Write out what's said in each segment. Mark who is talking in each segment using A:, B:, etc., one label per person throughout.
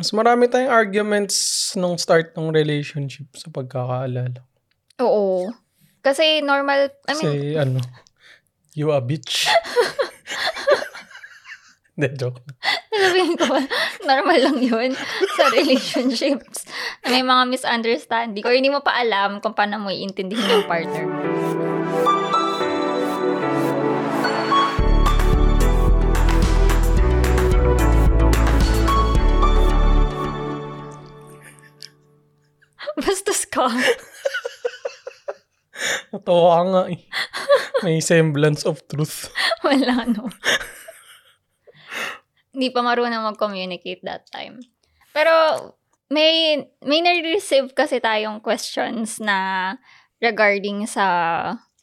A: Mas marami tayong arguments nung start ng relationship sa pagkakaalala.
B: Oo. Kasi normal, I mean,
A: Kasi ano, you a bitch. Hindi, joke. lang.
B: sabihin ko, normal lang yun sa relationships. May mga misunderstanding or hindi mo pa alam kung paano mo iintindihin yung partner mo. Bastos ka.
A: Natawa ka nga eh. May semblance of truth.
B: Wala, no. Hindi pa marunong mag-communicate that time. Pero may may na-receive kasi tayong questions na regarding sa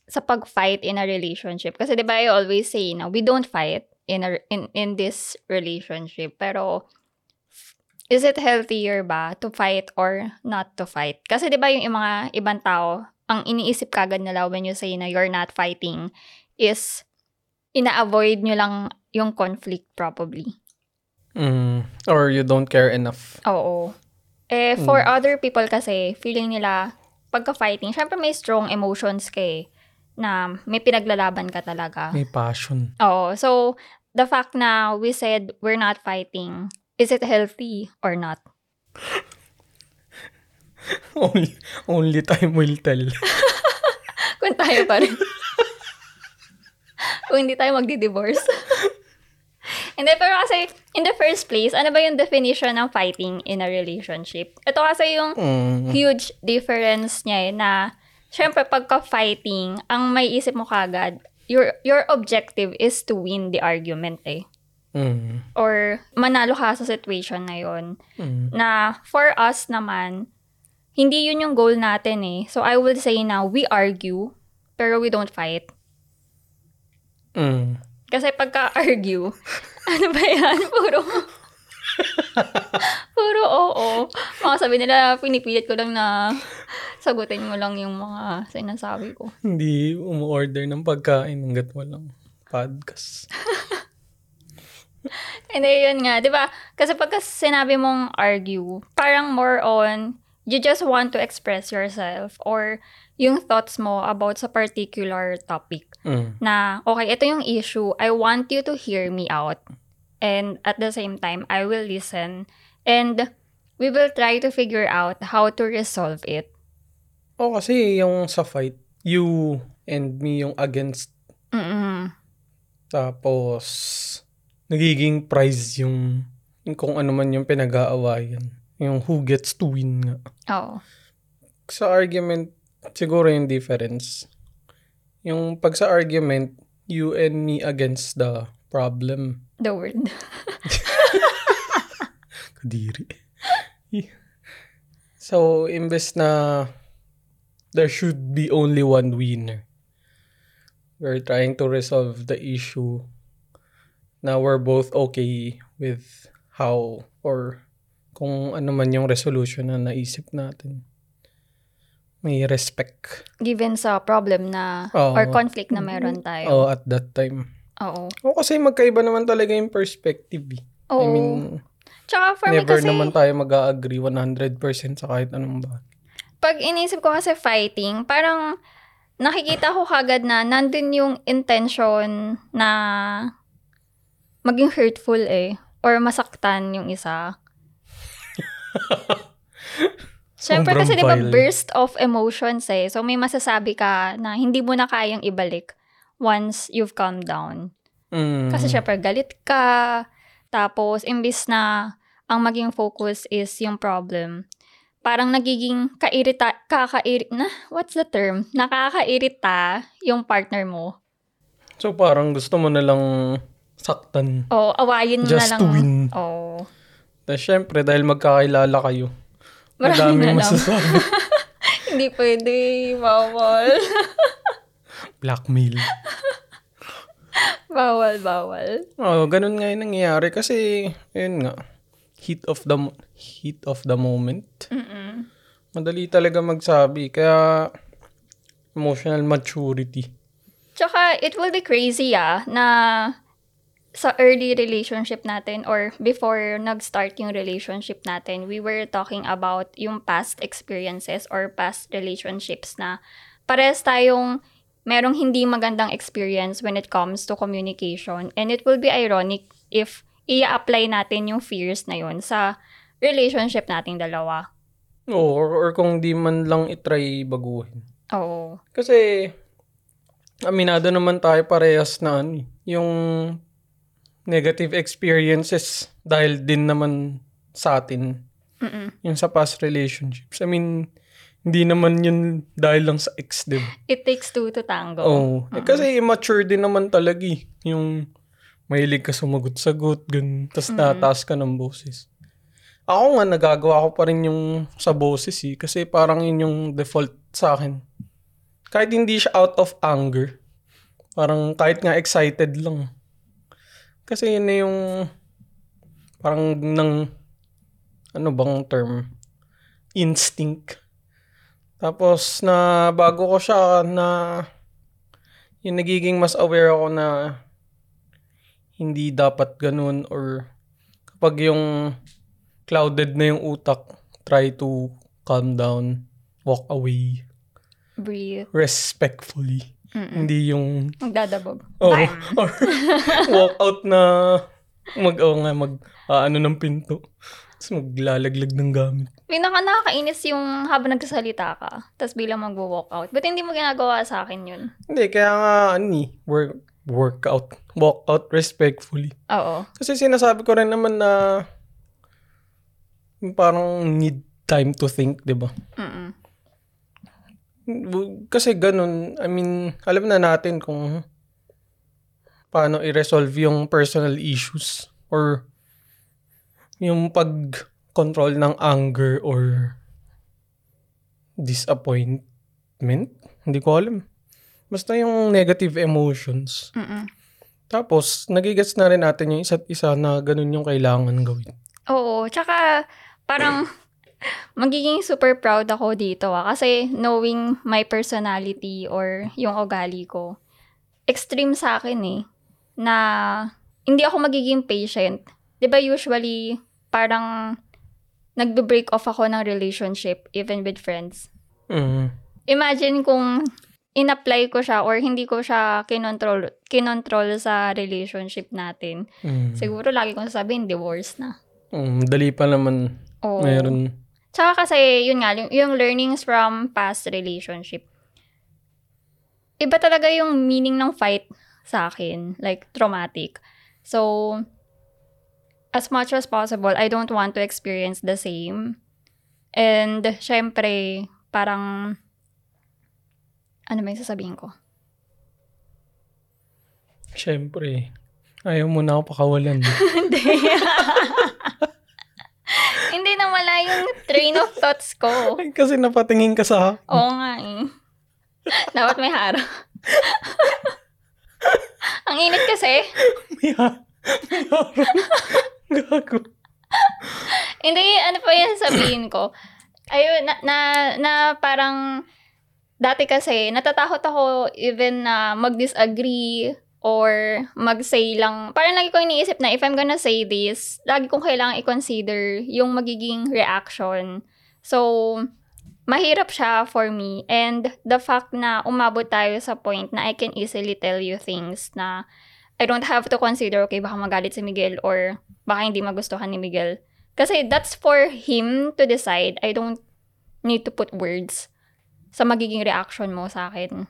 B: sa pag-fight in a relationship. Kasi 'di ba I always say na we don't fight in a, in in this relationship. Pero is it healthier ba to fight or not to fight? Kasi 'di ba yung mga ibang tao, ang iniisip kagad nila when you say na you're not fighting is ina-avoid nyo lang yung conflict probably.
A: Mm. Or you don't care enough.
B: Oo. Eh, for other people kasi, feeling nila, pagka-fighting, syempre may strong emotions ka eh, na may pinaglalaban ka talaga.
A: May passion.
B: Oo. So, the fact na we said we're not fighting, is it healthy or not?
A: Only, only time will tell.
B: Kung tayo pa rin. Kung hindi tayo magdi-divorce. Hindi, pero kasi, in the first place, ano ba yung definition ng fighting in a relationship? Ito kasi yung
A: Mm.
B: huge difference niya eh, na syempre pagka-fighting, ang may isip mo kagad, your, your objective is to win the argument eh.
A: Mm.
B: Or manalo ka sa situation na yon
A: Mm.
B: Na for us naman, hindi yun yung goal natin eh. So I will say na we argue, pero we don't fight.
A: Mm.
B: Kasi pagka-argue, ano ba yan? Puro, puro oo. Mga sabi nila, pinipilit ko lang na sagutin mo lang yung mga sinasabi ko.
A: Hindi umu-order ng pagkain hanggat walang podcast.
B: And then, yun nga, di ba? Kasi pagka sinabi mong argue, parang more on, you just want to express yourself or yung thoughts mo about sa particular topic.
A: Mm.
B: na, okay, ito yung issue. I want you to hear me out. And at the same time, I will listen. And we will try to figure out how to resolve it.
A: O kasi yung sa fight, you and me yung against.
B: Mm-mm.
A: Tapos, nagiging prize yung, yung kung ano man yung pinag-aawayan. Yung who gets to win nga.
B: Oo.
A: Sa argument, siguro yung difference. Yung pag sa argument, you and me against the problem.
B: The word.
A: Kadiri. so, imbes na there should be only one winner. We're trying to resolve the issue. Now we're both okay with how or kung ano man yung resolution na naisip natin. May respect.
B: Given sa problem na,
A: Oo.
B: or conflict na meron
A: Oh,
B: tayo.
A: at that time.
B: Oo.
A: O kasi magkaiba naman talaga yung perspective. eh. Oh. I
B: Oo. Oh.
A: mean,
B: Tsaka for me
A: never
B: kasi,
A: naman tayo mag-agree 100% sa kahit anong bagay.
B: pag inisip ko kasi fighting, parang nakikita ko kagad na nandun yung intention na maging hurtful eh. Or masaktan yung isa. Siyempre
A: Sobrang
B: kasi di ba
A: violent.
B: burst of emotions eh. So may masasabi ka na hindi mo na kayang ibalik once you've calmed down.
A: Mm.
B: Kasi syempre galit ka. Tapos imbis na ang maging focus is yung problem. Parang nagiging kairita, kakairit, na, what's the term? Nakakairita yung partner mo.
A: So parang gusto mo na lang saktan.
B: O, awayin mo
A: Just
B: na lang.
A: to win.
B: Oo.
A: Tapos syempre, dahil magkakilala kayo,
B: Marami na
A: madaming
B: lang.
A: masasabi.
B: Hindi pwede, bawal.
A: Blackmail.
B: bawal, bawal.
A: Oh, ganun nga yung nangyayari kasi, yun nga, heat of the, mo- heat of the moment.
B: Mm-mm.
A: Madali talaga magsabi. Kaya, emotional maturity.
B: Tsaka, it will be crazy ah, na sa early relationship natin or before nag-start yung relationship natin, we were talking about yung past experiences or past relationships na pares tayong merong hindi magandang experience when it comes to communication. And it will be ironic if i-apply natin yung fears na yun sa relationship nating dalawa.
A: Oo, or, or kung di man lang itry baguhin.
B: Oo.
A: Kasi, aminado naman tayo parehas na ano, eh, yung negative experiences dahil din naman sa atin
B: Mm-mm.
A: yung sa past relationships. I mean, hindi naman yun dahil lang sa ex, di ba?
B: It takes two to tango.
A: Oo. Eh,
B: Mm.
A: kasi immature din naman talaga eh. Yung mahilig ka sumagot-sagot, ganun. Tapos
B: Mm.
A: nataas ka ng boses. Ako nga, nagagawa ko pa rin yung sa boses eh. Kasi parang yun yung default sa akin. Kahit hindi siya out of anger. Parang kahit nga excited lang. Kasi yun na yung parang ng ano bang term? Instinct. Tapos na bago ko siya na yung nagiging mas aware ako na hindi dapat ganun or kapag yung clouded na yung utak, try to calm down, walk away,
B: Breathe.
A: respectfully.
B: Mm-mm.
A: Hindi yung
B: Magdadabog.
A: Oh,
B: Bam!
A: or walk out na mag oh nga mag aano ng pinto. Tapos maglalaglag ng gamit.
B: Pinaka nakakainis yung habang nagsasalita ka, tapos bilang mag-walk out. Ba't hindi mo ginagawa sa akin yun?
A: Hindi kaya nga ani work workout, walk out respectfully.
B: Oo.
A: Kasi sinasabi ko rin naman na parang need time to think, 'di ba?
B: Mm-mm.
A: Kasi ganun, I mean, alam na natin kung paano i-resolve yung personal issues or yung pag-control ng anger or disappointment. Hindi ko alam. Basta yung negative emotions.
B: Mm-mm.
A: Tapos, nagigets na rin natin yung isa't isa na ganun yung kailangan gawin.
B: Oo. Tsaka, parang, magiging super proud ako dito ah. Kasi, knowing my personality or yung ugali ko, extreme sa akin eh. Na, hindi ako magiging patient. 'Di ba usually, parang, nagbe-break off ako ng relationship, even with friends.
A: Mm.
B: imagine kung in-apply ko siya or hindi ko siya kinontrol, kinontrol sa relationship natin.
A: Mm.
B: Siguro lagi kong sasabihin, divorce na.
A: Mm, dali pa naman.
B: Oo.
A: Meron.
B: Tsaka kasi, yun nga, yung, yung learnings from past relationship. Iba talaga yung meaning ng fight sa akin. Like, traumatic. So, as much as possible, I don't want to experience the same. And, syempre, parang, ano ba yung sasabihin ko?
A: Siyempre. Ayaw mo na ako pakawalan.
B: Hindi. Hindi na wala yung train of thoughts ko.
A: Ay, kasi napatingin ka sa akin.
B: Oo nga eh. Dapat may harap. Ang init kasi.
A: May ha- may harap. Gago.
B: Hindi, ano pa yung sabihin ko? Ayun, na, na, na parang dati kasi natatakot ako even na mag-disagree or mag-say lang. Parang lagi ko iniisip na if I'm gonna say this, lagi kong kailangan i-consider yung magiging reaction. So, mahirap siya for me. And the fact na umabot tayo sa point na I can easily tell you things na I don't have to consider, okay, baka magalit si Miguel or baka hindi magustuhan ni Miguel. Kasi that's for him to decide. I don't need to put words sa magiging reaction mo sa akin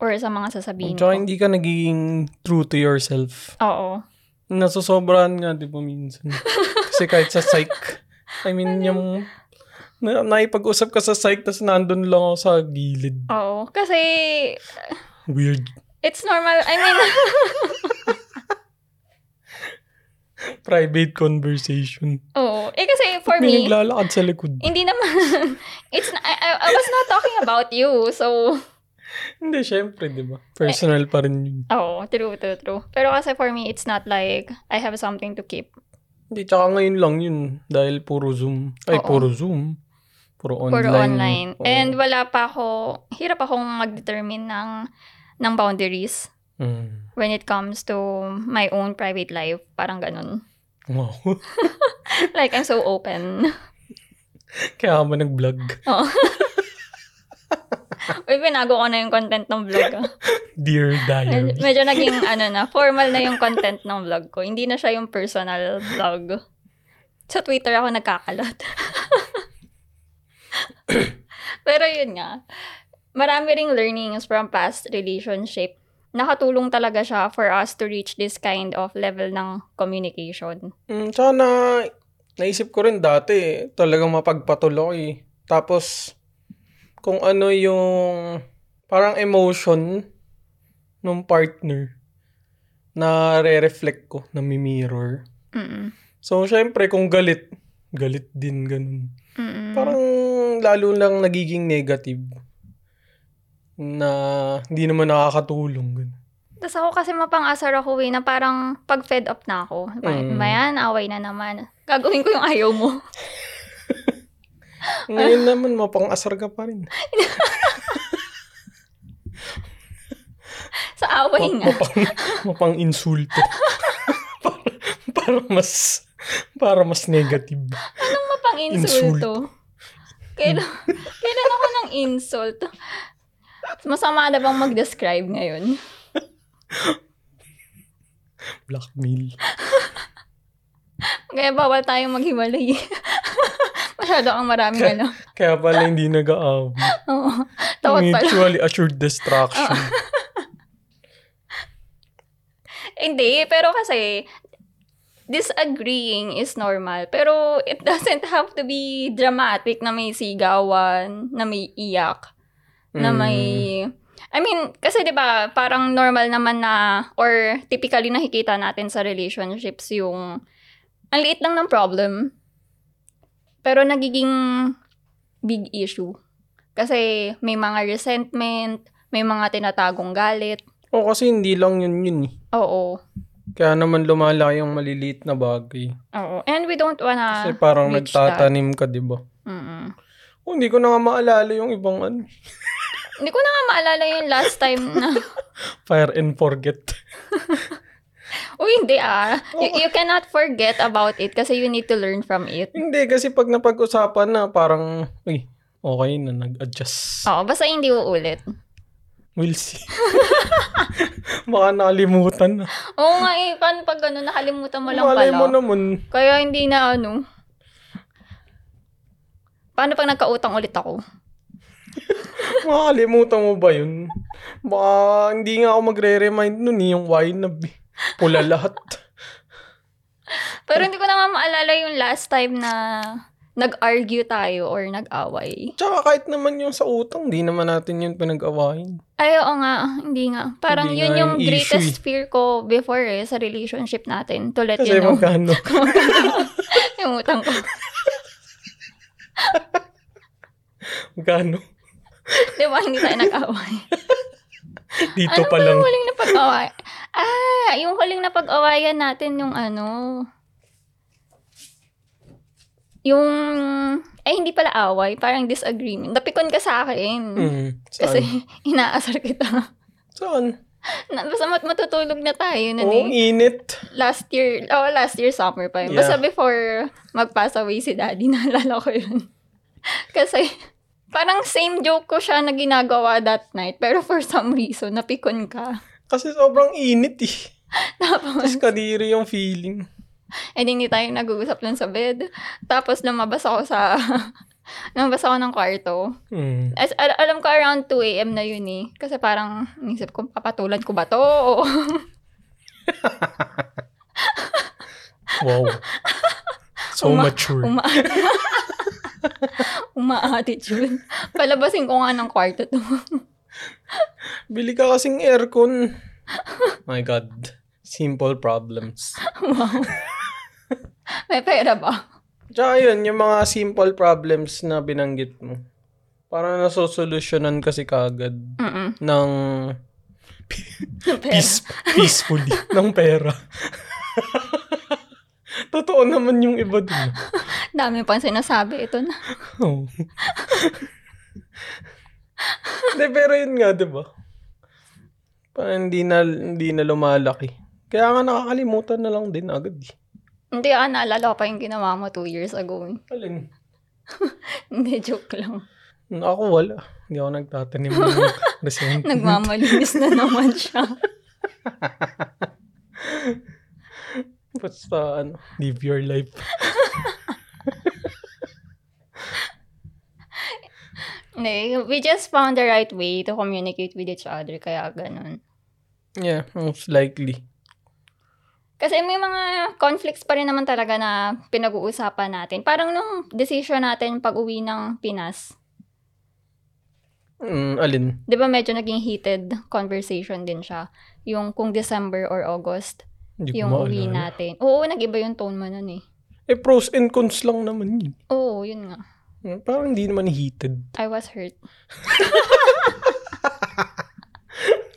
B: or sa mga sasabihin
A: Tsaka
B: ko.
A: hindi ka nagiging true to yourself.
B: Oo.
A: Nasosobrahan nga, di ba, minsan. Kasi kahit sa psych. I mean, yung... Na, naipag-usap ka sa psych, tapos nandun lang ako sa gilid.
B: Oo. Kasi
A: Weird.
B: it's normal. I mean,
A: Private conversation.
B: oo. Eh kasi for
A: May
B: me,
A: naglalakad sa likod.
B: hindi naman, it's, I, I, I was not talking about you. So,
A: Hindi, syempre, di ba?
B: Eh.
A: Personal pa rin yun.
B: Oo, true, true, true. Pero kasi for me, it's not like I have something to keep.
A: Hindi, tsaka ngayon lang yun. Dahil puro Zoom. Ay,
B: Oo.
A: puro Zoom. Puro online.
B: Puro online.
A: Oo.
B: And wala pa ako, hirap akong mag-determine ng, ng boundaries.
A: Mm.
B: when it comes to my own private life. Parang ganun.
A: Wow.
B: like, I'm so open.
A: Kaya mo nag-vlog.
B: Oo. Uy, pinago ko na yung content ng vlog. ah.
A: Dear
B: Med-
A: Diary.
B: Medyo naging ano na, formal na yung content ng vlog ko. Hindi na siya yung personal vlog. Sa Twitter ako nagkakalat. Pero yun nga, marami ring learnings from past relationship. Nakatulong talaga siya for us to reach this kind of level ng communication.
A: Mm, tsaka na, naisip ko rin dati, eh, talagang mapagpatuloy. eh. Tapos, kung ano yung parang emotion ng partner na re-reflect ko, nami-mirror.
B: Mm-mm.
A: So, syempre, kung galit, galit din ganun.
B: Mm-mm.
A: Parang
B: Mm.
A: lalo lang nagiging negative na hindi naman nakakatulong. ganun.
B: Tapos ako kasi mapang-asar ako eh, na parang pag-fed up na ako.
A: Mm.
B: Mm. Mayan, away na naman. Gagawin ko yung ayaw mo.
A: Ngayon naman, mapang-asar ka pa rin.
B: Sa away
A: Ma-
B: nga.
A: mapang, mapang insulto. para, para mas para mas negative.
B: Pang-insulto. Kailan, kailan ako ng insult? Masama na bang mag-describe ngayon?
A: Blackmail.
B: Kaya bawal tayong maghiwalay. Masyado ang maraming ano.
A: Kaya pala hindi nag-aaway.
B: Oo. Tawag pala.
A: Mutually assured destruction.
B: Hindi, pero kasi disagreeing is normal. Pero it doesn't have to be dramatic na may sigawan, na may iyak. na
A: Mm.
B: may I mean, kasi 'di ba, parang normal naman na or typically nakikita natin sa relationships yung ang liit lang ng problem pero nagiging big issue. Kasi may mga resentment, may mga tinatagong galit.
A: Mm. O kasi hindi lang yun yun eh.
B: Oo.
A: Kaya naman lumala yung maliliit na bagay.
B: Oo. And we don't
A: Kasi
B: wanna
A: parang
B: reach
A: nagtatanim ka, di ba?
B: Mm-mm.
A: Oh, hindi ko na nga maalala yung ibang ano.
B: Hindi ko na nga maalala yung last time na
A: Fire and forget.
B: Uy, hindi ah. You, you cannot forget about it kasi you need to learn from it.
A: hindi, kasi pag napag-usapan na, parang, uy, okay na, nag-adjust.
B: Oo, basta hindi uulit.
A: We'll see. Baka nakalimutan na.
B: Oo nga eh, paano pag gano'n, nakalimutan mo lang
A: Malay
B: pala.
A: mo naman.
B: Kaya hindi na ano. Paano pag nagkautang ulit ako?
A: Makakalimutan mo ba yun? Baka hindi nga ako magre-remind nun eh, yung why na b- pula lahat.
B: Pero hindi ko na nga maalala yung last time na nag-argue tayo or nag-away.
A: Tsaka kahit naman yung sa utang, di naman natin yun pinag-awain.
B: Ay, oo nga. Hindi nga. Parang
A: Hindi
B: yun
A: nga
B: yung
A: yung issue
B: greatest fear ko before eh, sa relationship natin. To let
A: Kasi
B: you know.
A: magkano.
B: yung utang ko.
A: Magkano.
B: Di ba? Hindi tayo nag-away.
A: Dito pa
B: ano ba
A: lang.
B: yung huling na pag-away? Ah, yung huling na pag-awayan natin yung ano. Yung, ay hindi pala away, parang disagreement. Napikon ka sa akin.
A: Mm, saan?
B: Kasi inaasar kita.
A: Saan?
B: Na- Basta mat- matutulog na tayo na
A: Oo, ang init.
B: Last year, oh last year summer pa yun. Basta
A: Yeah.
B: before mag-pass away si daddy, naalala ko yun. Kasi parang same joke ko siya na ginagawa that night. Pero for some reason, napikon ka.
A: Kasi sobrang init eh.
B: Tapos,
A: Tapos kadiri yung feeling.
B: and hindi tayo nag-uusap lang sa bed. Tapos, lumabas ako sa... lumabas ako ng kwarto.
A: Mm.
B: As, al- alam ko around 2 a.m. na yun eh. Kasi parang, inisip ko, papatulan ko ba to? O-
A: Wow. So
B: Uma-
A: mature.
B: Uma... Uma-attitude. Palabasin ko nga ng kwarto to.
A: Bili ka kasing aircon. My God. Simple problems.
B: May pera ba?
A: Tsaka yun, yung mga simple problems na binanggit mo. Parang nasosolusyonan kasi kagad
B: Mm-mm.
A: ng
B: Pera.
A: peace, peacefully, ng pera. Totoo naman yung iba dun.
B: Dami pang sinasabi. Ito na.
A: Oh. De, pero yun nga, di ba? Parang hindi na, hindi na lumalaki. Kaya nga nakakalimutan na lang din agad. eh.
B: Hindi ah, naalala ko pa yung ginawa mo two years ago. eh.
A: Alin?
B: Hindi, joke lang.
A: Ako wala. Hindi ako nagtatanim ng resentment.
B: Nagmamalinis na naman siya.
A: Basta ano, live your life.
B: Hindi, we just found the right way to communicate with each other, kaya ganun.
A: Yeah, most likely.
B: Kasi may mga conflicts pa rin naman talaga na pinag-uusapan natin. Parang nung decision natin pag-uwi ng Pinas,
A: Mm, alin?
B: 'di ba medyo naging heated conversation din siya. Yung kung December or August,
A: Hindi
B: yung
A: ko
B: uwi
A: maalala.
B: natin. Oo, nag-iba yung tone mo nun eh.
A: Eh, pros and cons lang naman yun.
B: Oo, yun nga.
A: Mm, Parang hindi naman heated
B: I was hurt.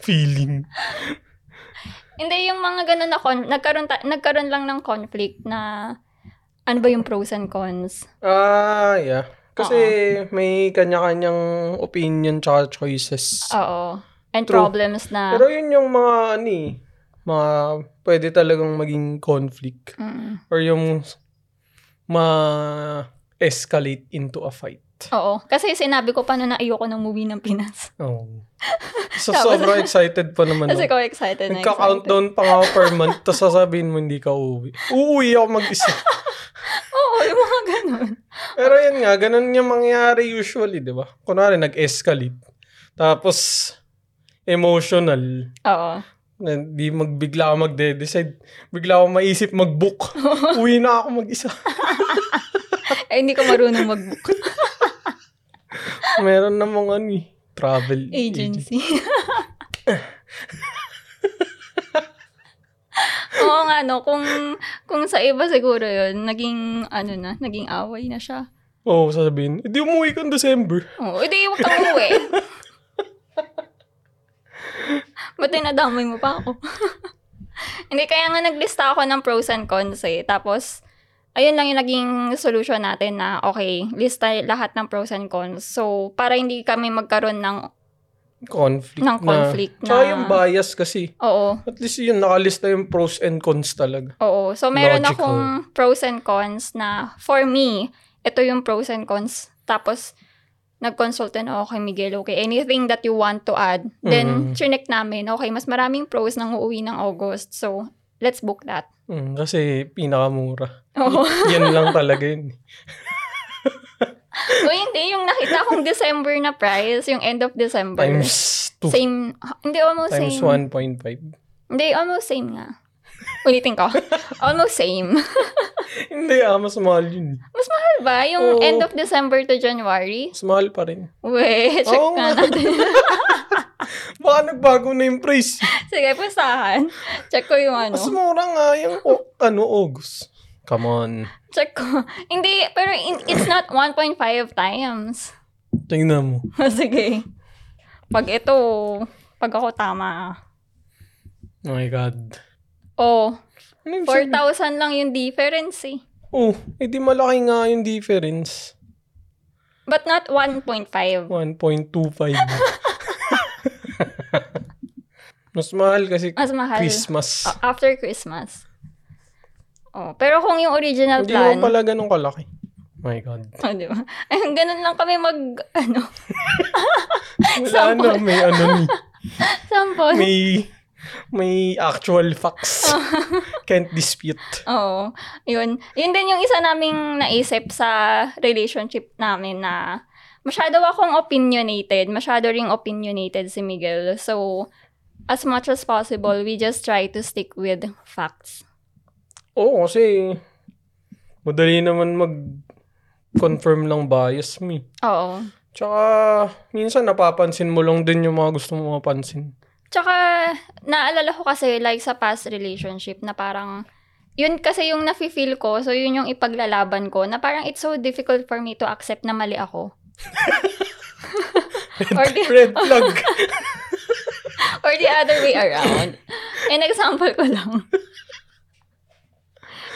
A: feeling.
B: Hindi, yung mga ganun na con- nagkaroon, ta- nagkaroon lang ng conflict na ano ba yung pros and cons.
A: Ah, yeah. Kasi may kanya-kanyang opinion tsaka choices.
B: Oo. And
A: True.
B: problems na...
A: Pero yun yung mga ano eh, mga pwede talagang maging conflict
B: Mm.
A: or yung ma-escalate into a fight.
B: Oo. Kasi sinabi ko pa noon na ayoko nang umuwi ng Pinas.
A: Oh. So,
B: Tapos-
A: sobrang excited pa naman.
B: Kasi
A: ako.
B: ko excited na excited.
A: Nagka-countdown pa nga ako per month, tapos sasabihin mo hindi ka uuwi. Uuwi ako mag-isa.
B: Oo, yung mga ganun.
A: Pero yun nga, ganun yung mangyayari usually, di ba? Kunwari, nag-escalate. Tapos, emotional.
B: Oo.
A: na di magbigla ako magde-decide. Bigla ako maisip mag-book. Uwi na ako mag-isa.
B: Eh, hindi ko marunong mag-book
A: Meron namang ano eh, travel agent.
B: agency. Oo nga, no. Kung, kung sa iba siguro yun, naging, ano na, naging away na siya.
A: Oo, sasabihin, hindi umuwi kang December.
B: Oo, hindi, huwag kang umuwi. Ba't dinadamay mo pa ako? hindi, kaya nga naglista ako ng pros and cons eh. Tapos, ayun lang yung naging solution natin na, okay, lista lahat ng pros and cons. So, para hindi kami magkaroon ng,
A: Conflict na.
B: ng conflict na...
A: Tsaka yung bias kasi.
B: Oo,
A: At least yun, nakalista yung pros and cons talaga.
B: oo. So, meron
A: Logical.
B: akong pros and cons na, for me, ito yung pros and cons. Tapos, nag-consult na ako kay Miguel, okay, anything that you want to add. Then,
A: Mm.
B: chinek namin, okay, mas maraming pros nang uuwi ng August. So, let's book that.
A: Mm, kasi pinakamura.
B: Oo.
A: Yan lang talaga yun.
B: o hindi, yung nakita kong December na price, yung end of December.
A: Times 2.
B: Same. Hindi, almost
A: Times
B: same.
A: 1.5.
B: Hindi, almost same nga. Ulitin ko. almost same.
A: Hindi ah, mas mahal yun.
B: Diba? Yung
A: Oo.
B: end of December to January.
A: Mas mahal pa rin.
B: We, check
A: Oo
B: na
A: nga.
B: natin.
A: Baka nagbago na yung price.
B: Sige, pustahan. Check ko yung ano.
A: Mas mura nga yung o- ano, August. Come on.
B: Check ko. Hindi, pero in- it's not 1.5 times.
A: Tingnan mo.
B: Sige. Pag ito, pag ako tama.
A: Oh my God.
B: Oh,
A: Ano yung sabi-
B: 4,000 lang yung difference eh.
A: Oh, edi malaki nga yung difference.
B: But not 1.5.
A: 1.25. Mas mahal kasi
B: Mas mahal.
A: Christmas.
B: A- after Christmas. Oh, pero kung yung original
A: Hindi
B: plan,
A: naman pala ganun kalaki. My God.
B: oh, di ba? Ay, ganun lang kami mag, ano,
A: Wala na, may ano ni.
B: sample.
A: May, may actual facts. Can't dispute.
B: Oo. Yun. Yun din yung isa naming naisip sa relationship namin na masyado akong opinionated. Masyado ring opinionated si Miguel. So, as much as possible, we just try to stick with facts.
A: Oo, kasi madali naman mag-confirm ng bias mo eh.
B: Oo.
A: Tsaka, minsan napapansin mo lang din yung mga gusto mo mapansin.
B: Tsaka, naalala ko kasi like sa past relationship na parang yun kasi yung nafe-feel ko, so yun yung ipaglalaban ko, na parang it's so difficult for me to accept na mali ako. or, the,
A: Red flag.
B: or the other way around. An example ko lang.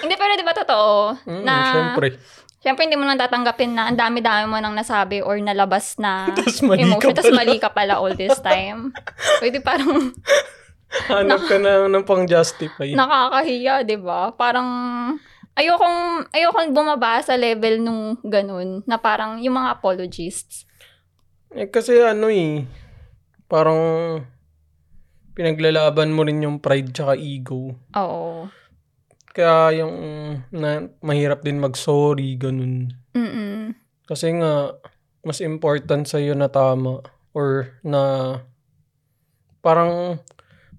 B: Hindi, pero di ba totoo
A: Mm,
B: na
A: Siyempre.
B: Siyempre, hindi mo naman tatanggapin na ang dami-dami mo nang nasabi or nalabas na
A: Tapos mali ka
B: emotion. Tapos
A: pala.
B: mali ka pala all this time. Pwede parang
A: Hanap ka na ng pang-justify.
B: nakakahiya, di ba? Parang ayokong, ayokong bumaba sa level nung ganun na parang yung mga apologists.
A: Eh, kasi ano eh, parang pinaglalaban mo rin yung pride tsaka ego.
B: Oo.
A: Kaya yung na, mahirap din mag-sorry, ganun.
B: Mm-mm.
A: Kasi nga, mas important sa'yo na tama or na parang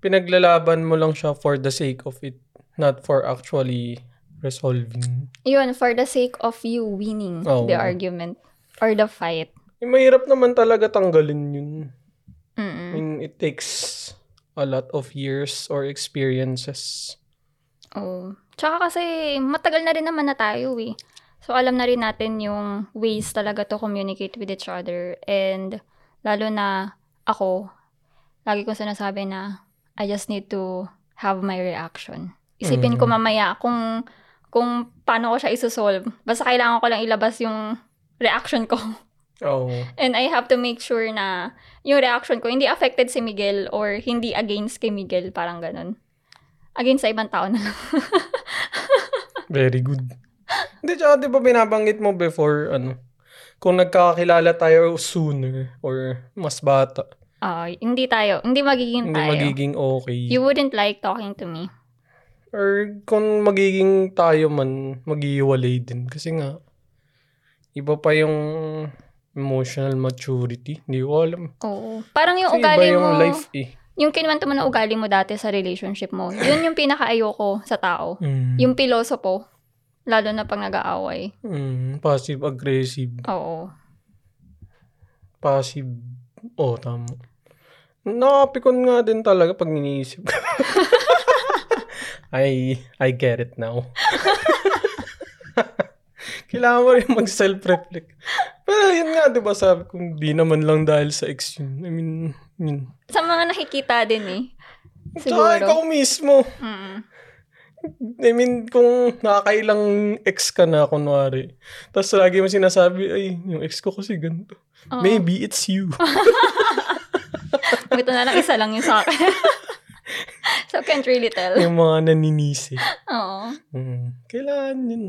A: pinaglalaban mo lang siya for the sake of it, not for actually resolving.
B: Yun, for the sake of you winning
A: Oo.
B: the argument or the fight.
A: Eh, mahirap naman talaga tanggalin yun. I
B: Mm-mm.
A: mean, it takes a lot of years or experiences.
B: Oo. Tsaka kasi matagal na rin naman na tayo eh. So alam na rin natin yung ways talaga to communicate with each other. And lalo na ako, lagi kong sinasabi na I just need to have my reaction. Isipin ko
A: Mm.
B: mamaya kung kung paano ko siya isusolve. Basta kailangan ko lang ilabas yung reaction ko.
A: Oh.
B: And I have to make sure na yung reaction ko hindi affected si Miguel or hindi against kay Miguel, parang ganun. Against sa ibang tao na lang.
A: Very good. Hindi, tsaka di ba binabanggit mo before, ano, kung nagkakakilala tayo sooner or mas bata,
B: Ah, hindi tayo, hindi magiging
A: hindi
B: tayo.
A: magiging okay.
B: You wouldn't like talking to me.
A: Or kung magiging tayo man, maghiwalay din. Kasi nga, iba pa yung emotional maturity. Hindi ko alam.
B: Oo. Parang
A: Kasi
B: yung
A: iba
B: ugali
A: yung
B: mo,
A: life eh.
B: yung kinuwento mo na ugali mo dati sa relationship mo, yun yung pinaka-ayoko sa tao.
A: Mm.
B: Yung piloso po, lalo na pag nag-aaway.
A: Mm, passive-aggressive.
B: Oo.
A: Passive. Oo, oh, tama. Nakapikon nga din talaga pag iniisip ko. I, I get it now. Kailangan mo rin mag-self-reflect. Pero yun nga, di ba sabi kong di naman lang dahil sa ex yun. I mean, yun.
B: Sa mga nakikita din eh.
A: Tsaka ikaw
B: Siguro.
A: mismo.
B: Mm.
A: I mean, kung nakakailang ex ka na, kunwari. Tapos lagi mo sinasabi, ay, yung ex ko kasi ganito.
B: Oo.
A: Maybe it's you.
B: Ito na lang, isa lang yung sa akin. so, can't really tell.
A: yung mga naninisi.
B: Oo.
A: Mm. Kailan yun?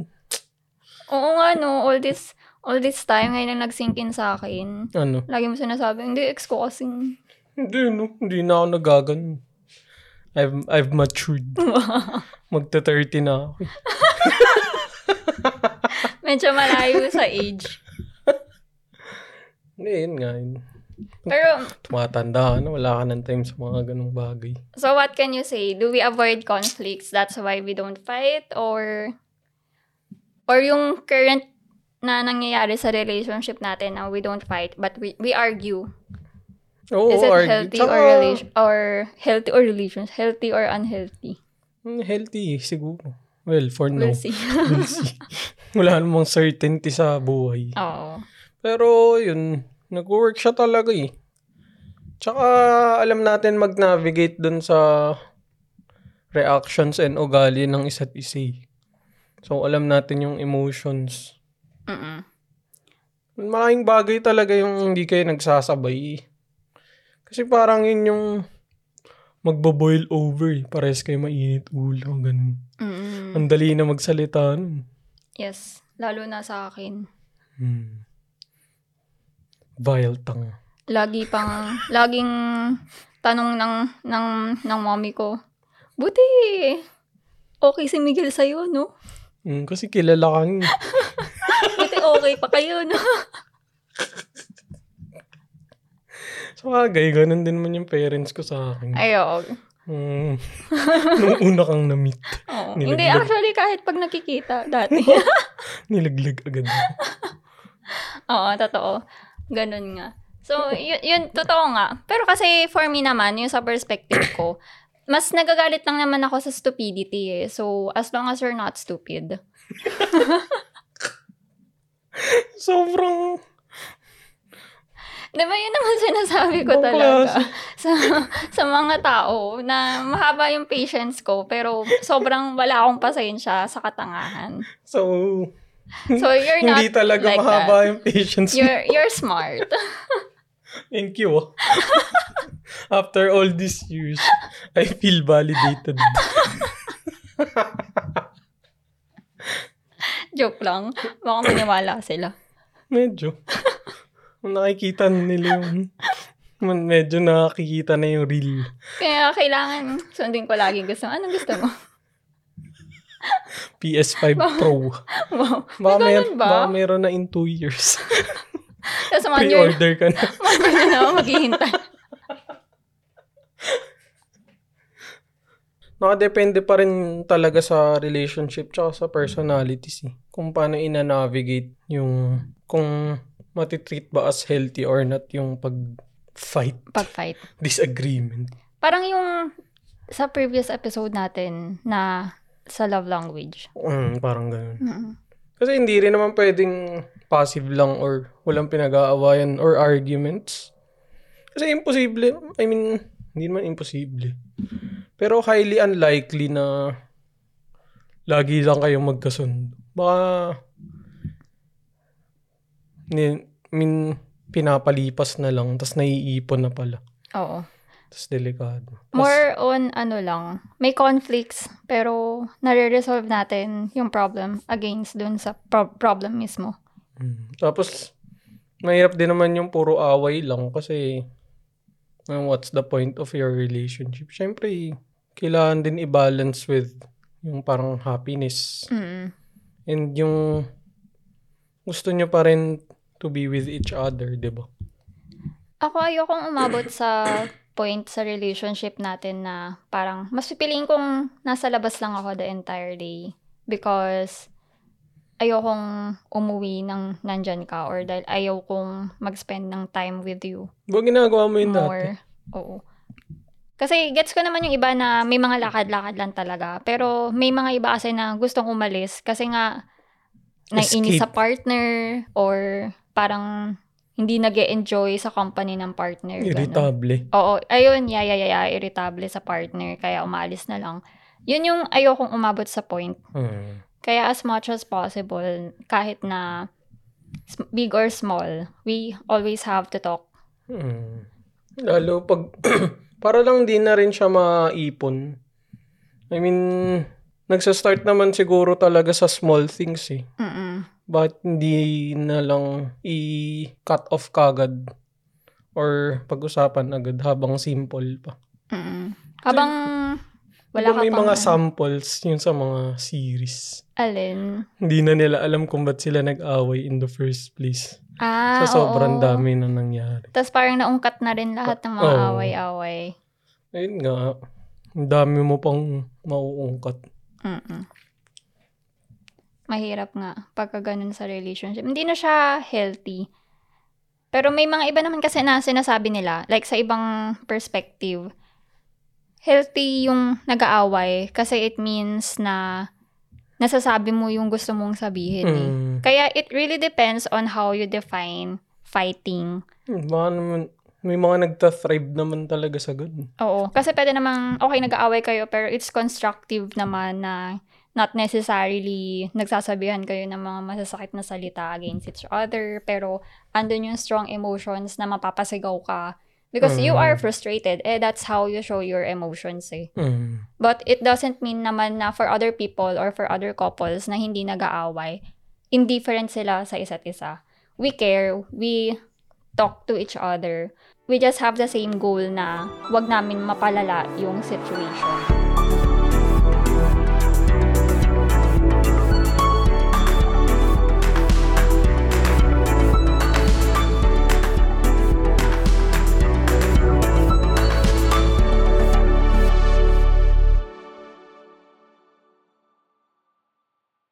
B: Oo nga, no. All this, all this time, ngayon lang nag-sink in sa akin.
A: Ano?
B: Lagi mo sinasabi, hindi, ex ko kasing
A: Hindi, no? Hindi na ako nagagano. I've, I've matured. Magta-30 na ako.
B: medyo malayo sa age.
A: Hindi, yun nga yun.
B: Pero,
A: Tumatanda ka na, wala ka ng time sa mga ganong bagay.
B: so what can you say? Do we avoid conflicts? That's why we don't fight? Or, or yung current na nangyayari sa relationship natin na we don't fight but we we argue.
A: Oo,
B: Is it
A: argue.
B: healthy or
A: Tsaka,
B: relation or healthy or relations healthy or unhealthy?
A: mm, Healthy, siguro. Well, for now.
B: We'll see.
A: We'll see. wala namang certainty sa buhay.
B: Oo.
A: Pero, yun, nag-work siya talaga eh. Tsaka, alam natin mag-navigate dun sa reactions and ugali ng isa't isa. eh. So, alam natin yung emotions.
B: Mm-mm.
A: Maraming bagay talaga yung hindi kayo nagsasabay. eh. Kasi parang yun yung magbo-boil over. eh. Parehas kayo mainit ulo. Ganun.
B: Mm-mm.
A: Ang dali na magsalita. nun.
B: Yes, lalo na sa akin.
A: Hmm. Vile tongue.
B: Lagi pang laging tanong ng ng ng mommy ko. Buti okay si Miguel sa no?
A: Hmm, kasi kilala eh. kang
B: Buti okay pa kayo, no?
A: Sa bagay, ganun din man yung parents ko sa akin.
B: Ay, oo.
A: Mm. Nung una kang na-meet,
B: Oo.
A: Nilaglag.
B: Hindi, actually, kahit pag nakikita dati.
A: nilaglag agad. ako.
B: oo, totoo. Ganun nga. So, yun, yun, totoo nga. Pero kasi for me naman, yung sa perspective ko, mas nagagalit lang naman ako sa stupidity eh. So, as long as you're not stupid.
A: Sobrang...
B: Di ba yun naman sinasabi ko
A: Ibang
B: talaga
A: klase.
B: sa, sa mga tao na mahaba yung patience ko pero sobrang wala akong pasensya sa katangahan.
A: So,
B: So you're not
A: Hindi talaga
B: like
A: mahaba
B: that.
A: yung patience mo.
B: You're you're smart.
A: Thank you. ah. After all these years, I feel validated.
B: Joke lang. Baka maniwala sila.
A: Medyo. Nung nakikita na nila yun. Man, medyo nakikita na yung real.
B: Kaya kailangan sundin ko lagi gusto. mo. Anong gusto mo?
A: PS5 Pro.
B: Wow.
A: Baka,
B: May
A: mer-
B: ganun ba?
A: baka meron na in 2 years.
B: Tapos one year,
A: Pre-order ka na.
B: one year na naman maghihintay.
A: Nakadepende pa rin talaga sa relationship tsaka sa personalities eh. Kung paano ina-navigate yung kung matitreat ba as healthy or not yung pag-fight,
B: Pag-fight.
A: disagreement.
B: Parang yung sa previous episode natin na sa love language.
A: Mm, parang ganun.
B: Mm.
A: Kasi hindi rin naman pwedeng passive lang or walang pinag-aawayan or arguments. Kasi imposible. I mean, hindi naman imposible. Pero highly unlikely na lagi lang kayong magkasundo. Baka, ni, I mean, pinapalipas na lang, tas naiipon na pala.
B: Oo.
A: Tas delikado. Tas,
B: More on ano lang, may conflicts pero nare-resolve natin yung problem against dun sa pro- problem mismo.
A: Mm. Tapos, mahirap din naman yung puro away lang kasi uh, what's the point of your relationship? Siyempre, kailangan din i-balance with yung parang happiness
B: Mm.
A: and yung gusto nyo pa rin to be with each other, di ba?
B: Ako ayokong umabot sa point sa relationship natin na parang mas pipiliin kong nasa labas lang ako the entire day because ayokong umuwi ng nandyan ka or dahil ayokong mag-spend ng time with you
A: Ba ginagawa mo yun dati?
B: more. Oo. Kasi gets ko naman yung iba na may mga lakad-lakad lang talaga. Pero may mga iba kasi na gustong umalis kasi nga naiinis
A: Escape.
B: sa partner or parang hindi nag enjoy sa company ng partner. ganun.
A: Irritable.
B: Oo. Ayun, yeah, yeah, yeah, yeah, irritable sa partner. Kaya umalis na lang. Yun yung ayokong umabot sa point
A: Hmm.
B: kaya as much as possible, kahit na s- big or small, we always have to talk.
A: Hmm. Lalo pag, para lang di na rin siya maipon. I mean, nagsastart naman siguro talaga sa small things eh.
B: Mm-mm.
A: Bakit hindi na lang i-cut off kagad or pag-usapan agad habang simple pa?
B: Mm-mm. Habang wala
A: Diba
B: ka
A: may
B: pang ano,
A: mga samples yun sa mga series.
B: alin.
A: Hindi na nila alam kung ba't sila nag-away in the first place.
B: Ah,
A: Sa sobrang
B: oo.
A: dami Oh. na nangyari.
B: Tapos parang naungkat na rin lahat ng mga
A: Oo.
B: away-away.
A: Ayun nga, ang dami mo pang mauungkat.
B: Mm-mm. Mahirap nga pagka ganun sa relationship. Hindi na siya healthy. Pero may mga iba naman kasi na sinasabi nila, like sa ibang perspective, healthy yung nag-aaway kasi it means na nasasabi mo yung gusto mong sabihin. eh.
A: Mm.
B: Kaya it really depends on how you define fighting.
A: Baka naman, may mga nagta-thrive naman talaga sa ganun.
B: Oo. Kasi pwede namang, okay, nag-aaway kayo, pero it's constructive naman na not necessarily nagsasabihan kayo ng mga masasakit na salita against each other, pero andun yung strong emotions na mapapasigaw ka. Because you
A: Mm.
B: are frustrated, eh that's how you show your emotions eh.
A: Mm.
B: But it doesn't mean naman na for other people or for other couples na hindi nag-aaway, indifferent sila sa isa't isa. We care, we talk to each other. We just have the same goal na wag namin mapalala yung situation.